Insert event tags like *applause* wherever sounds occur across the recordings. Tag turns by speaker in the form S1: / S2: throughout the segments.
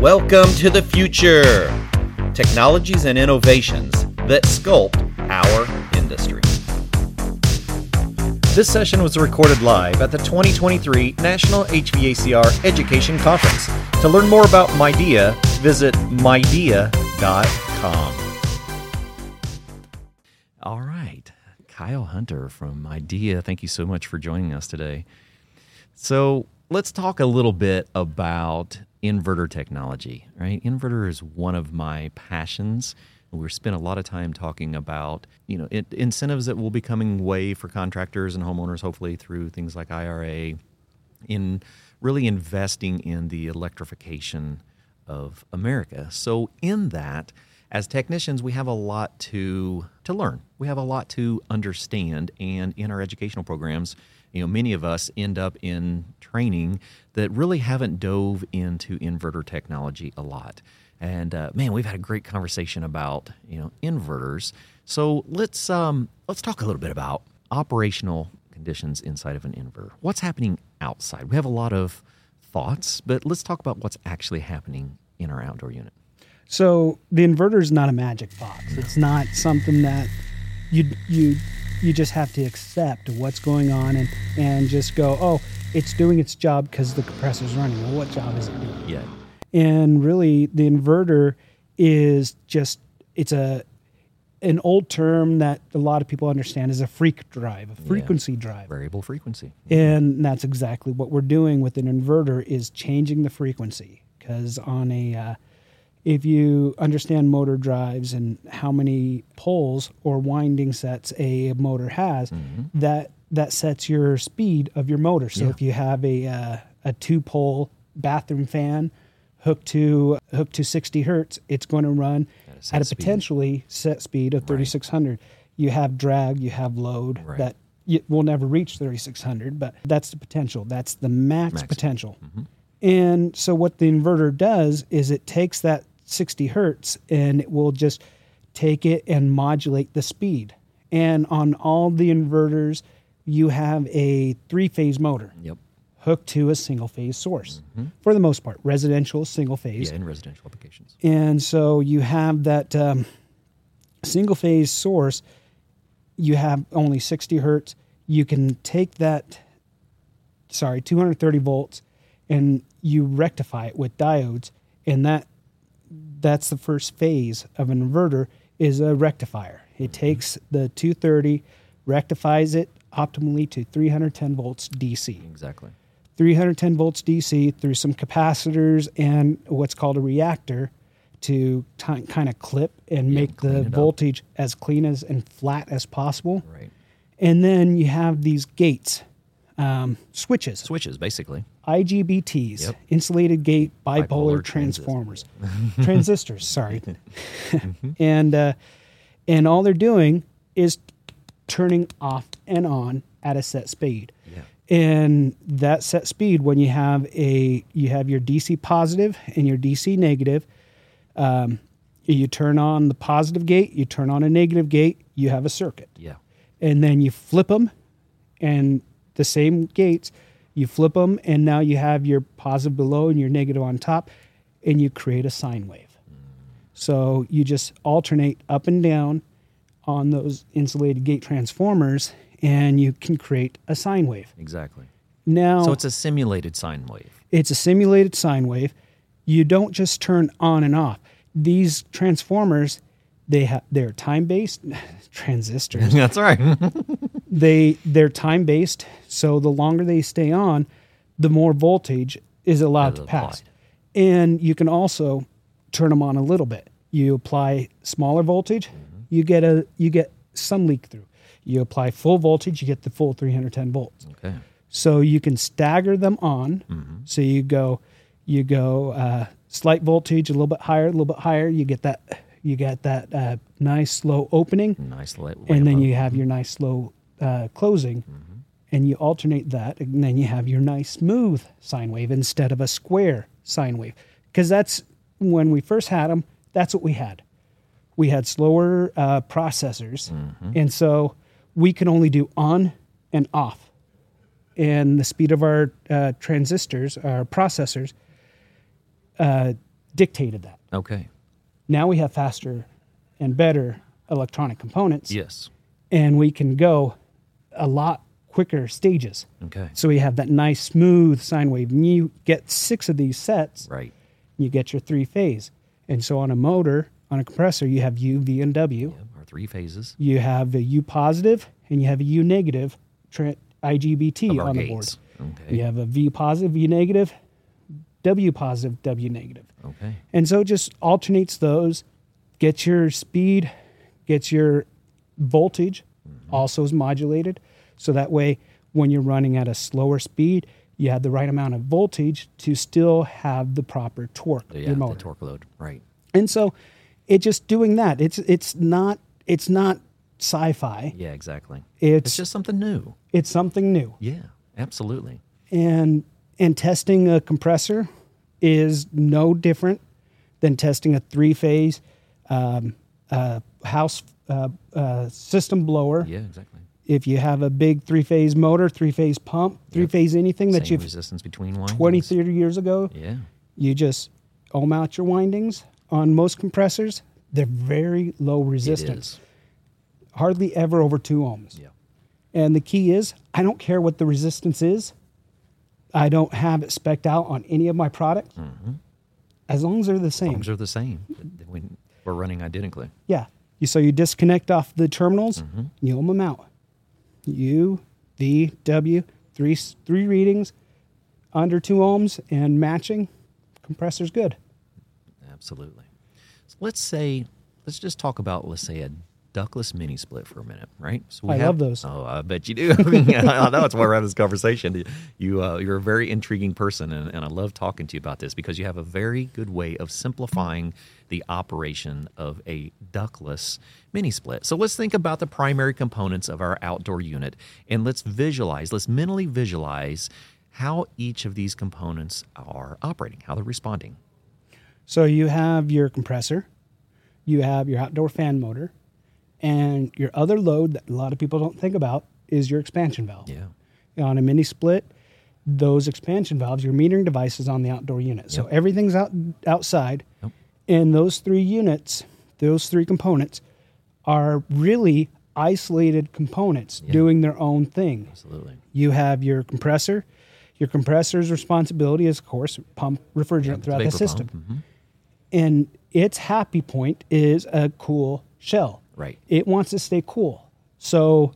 S1: Welcome to the future technologies and innovations that sculpt our industry. This session was recorded live at the 2023 National HVACR Education Conference. To learn more about MyDia, visit MyDia.com.
S2: All right. Kyle Hunter from Idea, thank you so much for joining us today. So, let's talk a little bit about inverter technology, right? Inverter is one of my passions. We've spent a lot of time talking about, you know, it, incentives that will be coming way for contractors and homeowners, hopefully through things like IRA, in really investing in the electrification of America. So, in that, as technicians, we have a lot to to learn. We have a lot to understand, and in our educational programs, you know, many of us end up in training that really haven't dove into inverter technology a lot. And uh, man, we've had a great conversation about you know inverters. So let's um, let's talk a little bit about operational conditions inside of an inverter. What's happening outside? We have a lot of thoughts, but let's talk about what's actually happening in our outdoor unit.
S3: So the inverter is not a magic box. It's not something that you you you just have to accept what's going on and and just go, oh, it's doing its job because the compressor's running. Well, what job is it doing?
S2: Yeah.
S3: And really, the inverter is just it's a an old term that a lot of people understand is a freak drive, a frequency drive.
S2: Variable frequency.
S3: And that's exactly what we're doing with an inverter is changing the frequency because on a uh, if you understand motor drives and how many poles or winding sets a motor has,
S2: Mm-hmm.
S3: that that sets your speed of your motor. So if you have a uh, a two pole bathroom fan hooked to hooked to 60 hertz, it's going to run
S2: At a
S3: at a,
S2: set speed.
S3: potentially set speed of 3600. You have drag, you have load
S2: Right.
S3: that y will never reach 3600, but that's the potential. That's the max,
S2: Max.
S3: potential. And so what the inverter does is it takes that 60 hertz and it will just take it and modulate the speed. And on all the inverters, you have a three-phase motor
S2: Yep.
S3: hooked to a single-phase source. For the most part, residential single phase.
S2: Yeah, in residential applications.
S3: And so you have that um, single phase source, you have only 60 hertz. You can take that, sorry, 230 volts, and you rectify it with diodes. And that that's the first phase of an inverter is a rectifier. It takes the 230, rectifies it optimally to 310 volts DC.
S2: Exactly.
S3: 310 volts DC through some capacitors and what's called a reactor to ti kind of clip and make
S2: clean
S3: the
S2: it up.
S3: voltage as clean as and flat as possible.
S2: Right.
S3: And then you have these gates, um, switches,
S2: Switches, basically.
S3: IGBTs,
S2: Yep.
S3: insulated gate bipolar,
S2: Bipolar
S3: transformers,
S2: *laughs*
S3: transistors. Sorry,
S2: Mm-hmm.
S3: and uh, and all they're doing is turning off and on at a set speed.
S2: Yeah.
S3: And that set speed, when you have a you have your DC positive and your DC negative, um, you turn on the positive gate, you turn on a negative gate, you have a circuit
S2: Yeah.
S3: and then you flip them and the same gates you flip them and now you have your positive below and your negative on top and you create a sine wave so you just alternate up and down on those insulated gate transformers and you can create a sine wave
S2: Exactly.
S3: now
S2: So
S3: it's,
S2: it's a simulated sine wave.
S3: a simulated sine wave you don't just turn on and off these transformers they have they're time based *laughs* transistors
S2: *laughs* That's right. *laughs*
S3: they they're time based so the longer they stay on the more voltage is allowed to
S2: Applied.
S3: pass and you can also turn them on a little bit you apply smaller voltage you get a you get some leak through you apply full voltage you get the full 310 volts
S2: okay.
S3: so you can stagger them on so you go you go uh, slight voltage a little bit higher a little bit higher you get that you get that uh, nice slow opening
S2: Nice light.
S3: and then you have your nice slow uh, closing, and you alternate that, and then you have your nice smooth sine wave instead of a square sine wave, because that's when we first had them. That's what we had. We had slower uh, processors, and so we can only do on and off, and the speed of our uh, transistors, our processors, dictated that.
S2: Okay.
S3: Now we have faster and better electronic components,
S2: Yes.
S3: and we can go a lot quicker stages.
S2: Okay.
S3: So we have that nice smooth sine wave. And you get six of these sets,
S2: Right.
S3: you get your three phase. And so on a motor, on a compressor, you have U, V, and W.
S2: Yep. Our three phases.
S3: You have a U positive and you have a U negative tra- IGBT
S2: of our
S3: on the board.
S2: gates. Okay.
S3: You have a V positive, V negative, W positive, W negative.
S2: Okay.
S3: And so it just alternates those, gets your speed, gets your voltage,
S2: Mm-hmm.
S3: also is modulated. So that way, when you're running at a slower speed, you have the right amount of voltage to still have the proper torque.
S2: Yeah.
S3: your
S2: The
S3: motor.
S2: torque load. Right.
S3: And so it just doing that. It's it's not it's not sci-fi.
S2: Yeah. Exactly.
S3: It's
S2: It's just something new.
S3: it's something new.
S2: Yeah. Absolutely.
S3: and and testing a compressor is no different than testing a three phase um, uh, house uh, uh, system blower.
S2: Yeah. Exactly.
S3: If you have a big three phase motor, three phase pump, three phase anything that
S2: Same
S3: you've
S2: resistance between windings.
S3: 20, 30 years ago,
S2: Yeah.
S3: you just ohm out your windings on most compressors. They're very low
S2: It
S3: resistance,
S2: is.
S3: hardly ever over two ohms.
S2: Yeah.
S3: And the key is, I don't care what the resistance is. I don't have it specked out on any of my products. As Mm-hmm. long as they're the same.
S2: Things are the same. Th- when We're running identically.
S3: Yeah. You, so you disconnect off the terminals, you ohm them out. U, V, W, three, s- three readings under two ohms and matching. Compressor's good.
S2: Absolutely. So let's say, let's just talk about, let's say, a ductless mini split for a minute, right? So
S3: I love those.
S2: Oh, I bet you do. *laughs* I know it's why we're having this conversation. You, uh, you're a very intriguing person, and, and I love talking to you about this because you have a very good way of simplifying the operation of a ductless mini split. So let's think about the primary components of our outdoor unit, and let's visualize, let's mentally visualize how each of these components are operating, how they're responding.
S3: So you have your compressor, you have your outdoor fan motor, and your other load that a lot of people don't think about is your expansion valve.
S2: Yeah.
S3: on a mini split, those expansion valves, your metering devices on the outdoor unit. So everything's out outside,
S2: Yep.
S3: and those three units, those three components, are really isolated components doing their own thing.
S2: Absolutely.
S3: You have your compressor. Your compressor's responsibility is, of course, pump refrigerant throughout the
S2: Vapor pump.
S3: system, and its happy point is a cool shell
S2: Right.
S3: it wants to stay cool. So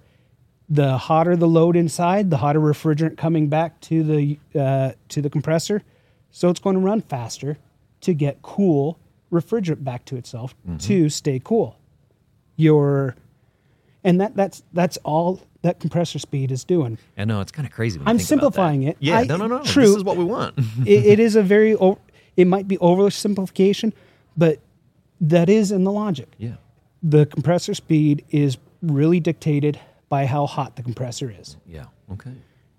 S3: the hotter the load inside, the hotter refrigerant coming back to the uh, to the compressor. So it's going to run faster to get cool refrigerant back to itself to stay cool. Your and that that's that's all that compressor speed is doing.
S2: I know uh, it's kind of crazy. When you
S3: I'm
S2: think about that.
S3: simplifying it.
S2: Yeah.
S3: I-
S2: no, no, no.
S3: true.
S2: This is what we want. *laughs*
S3: it, it is a very o- it might be oversimplification, but that is in the logic
S2: yeah.
S3: the compressor speed is really dictated by how hot the compressor is.
S2: Yeah. Okay.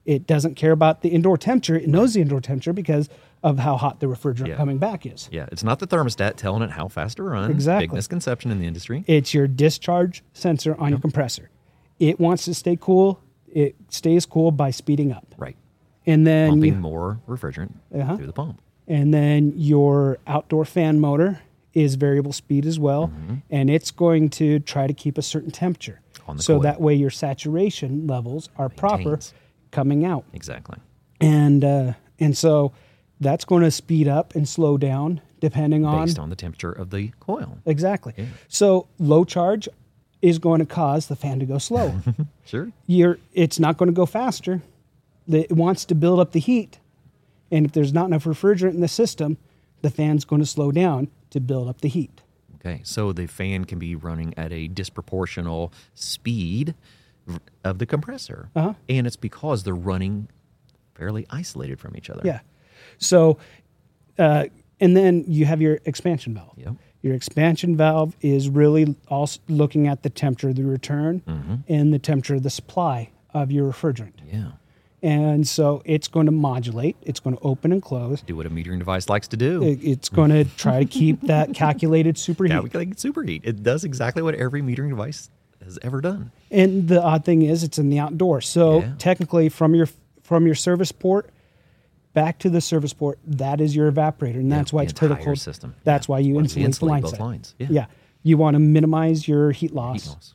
S3: It doesn't care about the indoor temperature. It knows the indoor temperature because of how hot the refrigerant
S2: Yeah.
S3: coming back is.
S2: Yeah. It's not the thermostat telling it how fast to run. Big
S3: Exactly.
S2: misconception in the industry.
S3: It's your discharge sensor on your compressor. It wants to stay cool. It stays cool by speeding up.
S2: right.
S3: And then
S2: Pumping
S3: you,
S2: more refrigerant
S3: Uh-huh.
S2: through the pump.
S3: and then your outdoor fan motor is variable speed as well
S2: Mm-hmm.
S3: and it's going to try to keep a certain temperature.
S2: On the
S3: so
S2: coil.
S3: that way your saturation levels are proper
S2: Maintains.
S3: coming out.
S2: Exactly.
S3: and uh, and so that's going to speed up and slow down depending on
S2: Based on the temperature of the coil.
S3: exactly. So low charge is going to cause the fan to go slow.
S2: Sure.
S3: You're, it's not going to go faster. The- It wants to build up the heat, and if there's not enough refrigerant in the system, the fan's going to slow down to build up the heat.
S2: Okay. So the fan can be running at a disproportional speed v- of the compressor. Uh-huh. And it's because they're running fairly isolated from each other.
S3: Yeah. So, uh, and then you have your expansion valve.
S2: Yep.
S3: Your expansion valve is really also looking at the temperature of the return and the temperature of the supply of your refrigerant.
S2: Yeah.
S3: And so it's going to modulate, it's going to open and close.
S2: Do what a metering device likes to do.
S3: It- It's going to try to
S2: *laughs*
S3: keep that calculated
S2: Yeah,
S3: superheat.
S2: we can superheat. It does exactly what every metering device has ever done.
S3: And the odd thing is, it's in the outdoor. So
S2: Yeah.
S3: technically, from your from your service port back to the service port. That is your evaporator, and that's why
S2: the
S3: it's critical.
S2: entire system.
S3: That's
S2: Yeah.
S3: why you
S2: Why we
S3: insulate,
S2: insulate
S3: the
S2: both
S3: side.
S2: lines. Yeah.
S3: you want to minimize your heat loss,
S2: loss.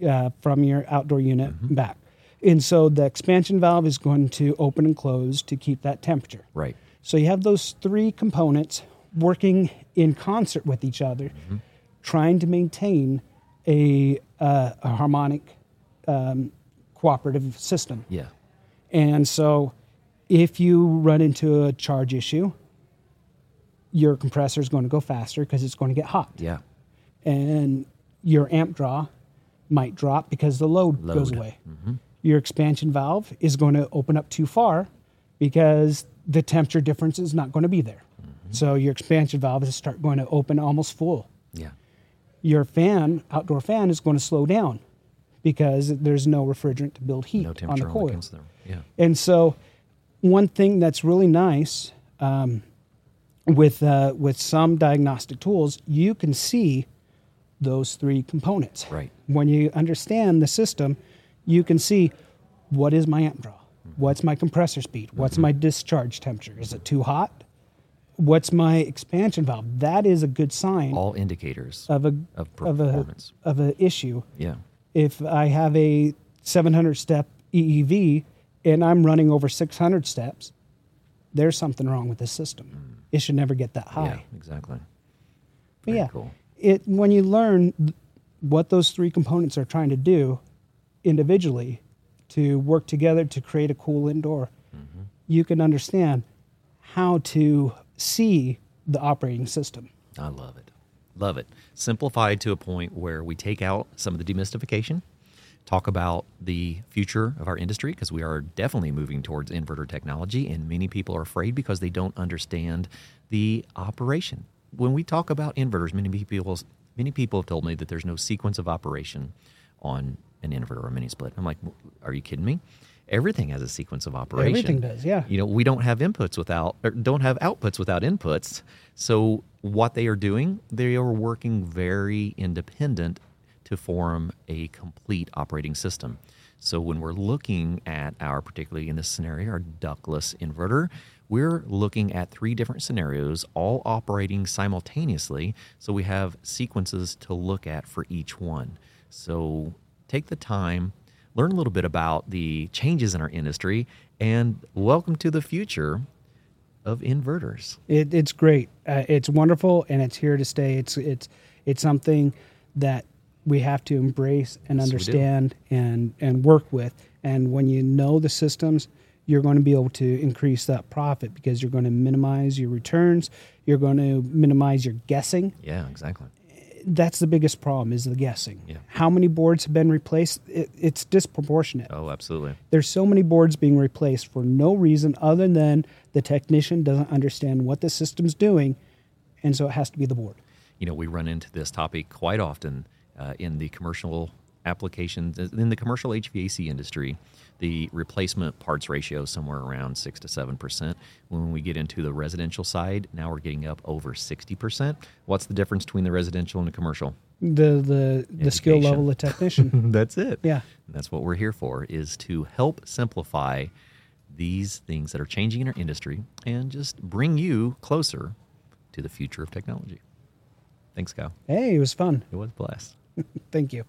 S2: Mm-hmm.
S3: Uh, from your outdoor unit back, and so the expansion valve is going to open and close to keep that temperature.
S2: Right.
S3: So you have those three components working in concert with each other, trying to maintain a, uh, a harmonic um, cooperative system.
S2: Yeah.
S3: And so if you run into a charge issue, your compressor is going to go faster because it's going to get hot.
S2: Yeah.
S3: And your amp draw might drop because the load, goes
S2: Load. Mm-hmm.
S3: away. Your expansion valve is going to open up too far because the temperature difference is not going to be there.
S2: Mm-hmm.
S3: So your expansion valve is start going to open almost full
S2: Yeah.
S3: your fan, outdoor fan, is going to slow down because there's no refrigerant to build heat
S2: No
S3: on the
S2: temperature on the
S3: coil.
S2: consumer. Yeah.
S3: and so, one thing that's really nice um, with uh, with some diagnostic tools, you can see those three components.
S2: Right.
S3: When you understand the system, you can see what is my amp draw, what's my compressor speed, what's
S2: Mm-hmm.
S3: my discharge temperature. Is it too hot? What's my expansion valve? That is a good sign
S2: All indicators
S3: of a
S2: of
S3: of a
S2: performance.
S3: of an issue.
S2: yeah.
S3: If I have a 700 step EEV and I'm running over 600 steps, there's something wrong with the system. It should never get that high.
S2: Yeah. Exactly.
S3: But
S2: Very
S3: yeah,
S2: cool.
S3: it when you learn th- what those three components are trying to do individually to work together to create a cool indoor, you can understand how to see the operating system.
S2: I love it. Love it. Simplified to a point where we take out some of the demystification, talk about the future of our industry because we are definitely moving towards inverter technology, and many people are afraid because they don't understand the operation. When we talk about inverters, many people many people have told me that there's no sequence of operation on an inverter or mini split. I'm like, are you kidding me? Everything has a sequence of operation.
S3: Everything does, yeah.
S2: You know, we don't have inputs without, or don't have outputs without inputs. So what they are doing, they are working very independent to form a complete operating system. So when we're looking at our, particularly in this scenario, our ductless inverter, we're looking at three different scenarios, all operating simultaneously. So we have sequences to look at for each one. So take the time learn a little bit about the changes in our industry, and welcome to the future of inverters.
S3: It, it's great. Uh, it's wonderful, and it's here to stay. It's it's it's something that we have to embrace and
S2: Yes, we do.
S3: understand and and work with. And when you know the systems, you're going to be able to increase that profit because you're going to minimize your returns. You're going to minimize your guessing.
S2: Yeah, exactly.
S3: That's the biggest problem is the guessing.
S2: Yeah.
S3: How many boards have been replaced? It, it's disproportionate
S2: Oh, absolutely.
S3: there's so many boards being replaced for no reason other than the technician doesn't understand what the system's doing and so it has to be the board
S2: You know, we run into this topic quite often uh, in the commercial applications, uh, in the commercial HVAC industry. The replacement parts ratio is somewhere around six to seven percent. When we get into the residential side, now we're getting up over sixty percent. What's the difference between the residential and the commercial?
S3: the the the skill
S2: Education.
S3: level of the
S2: *laughs*
S3: technician
S2: That's it.
S3: Yeah.
S2: And that's what we're here for is to help simplify these things that are changing in our industry and just bring you closer to the future of technology. Thanks, Kyle.
S3: hey it was fun
S2: It was a blast.
S3: thank you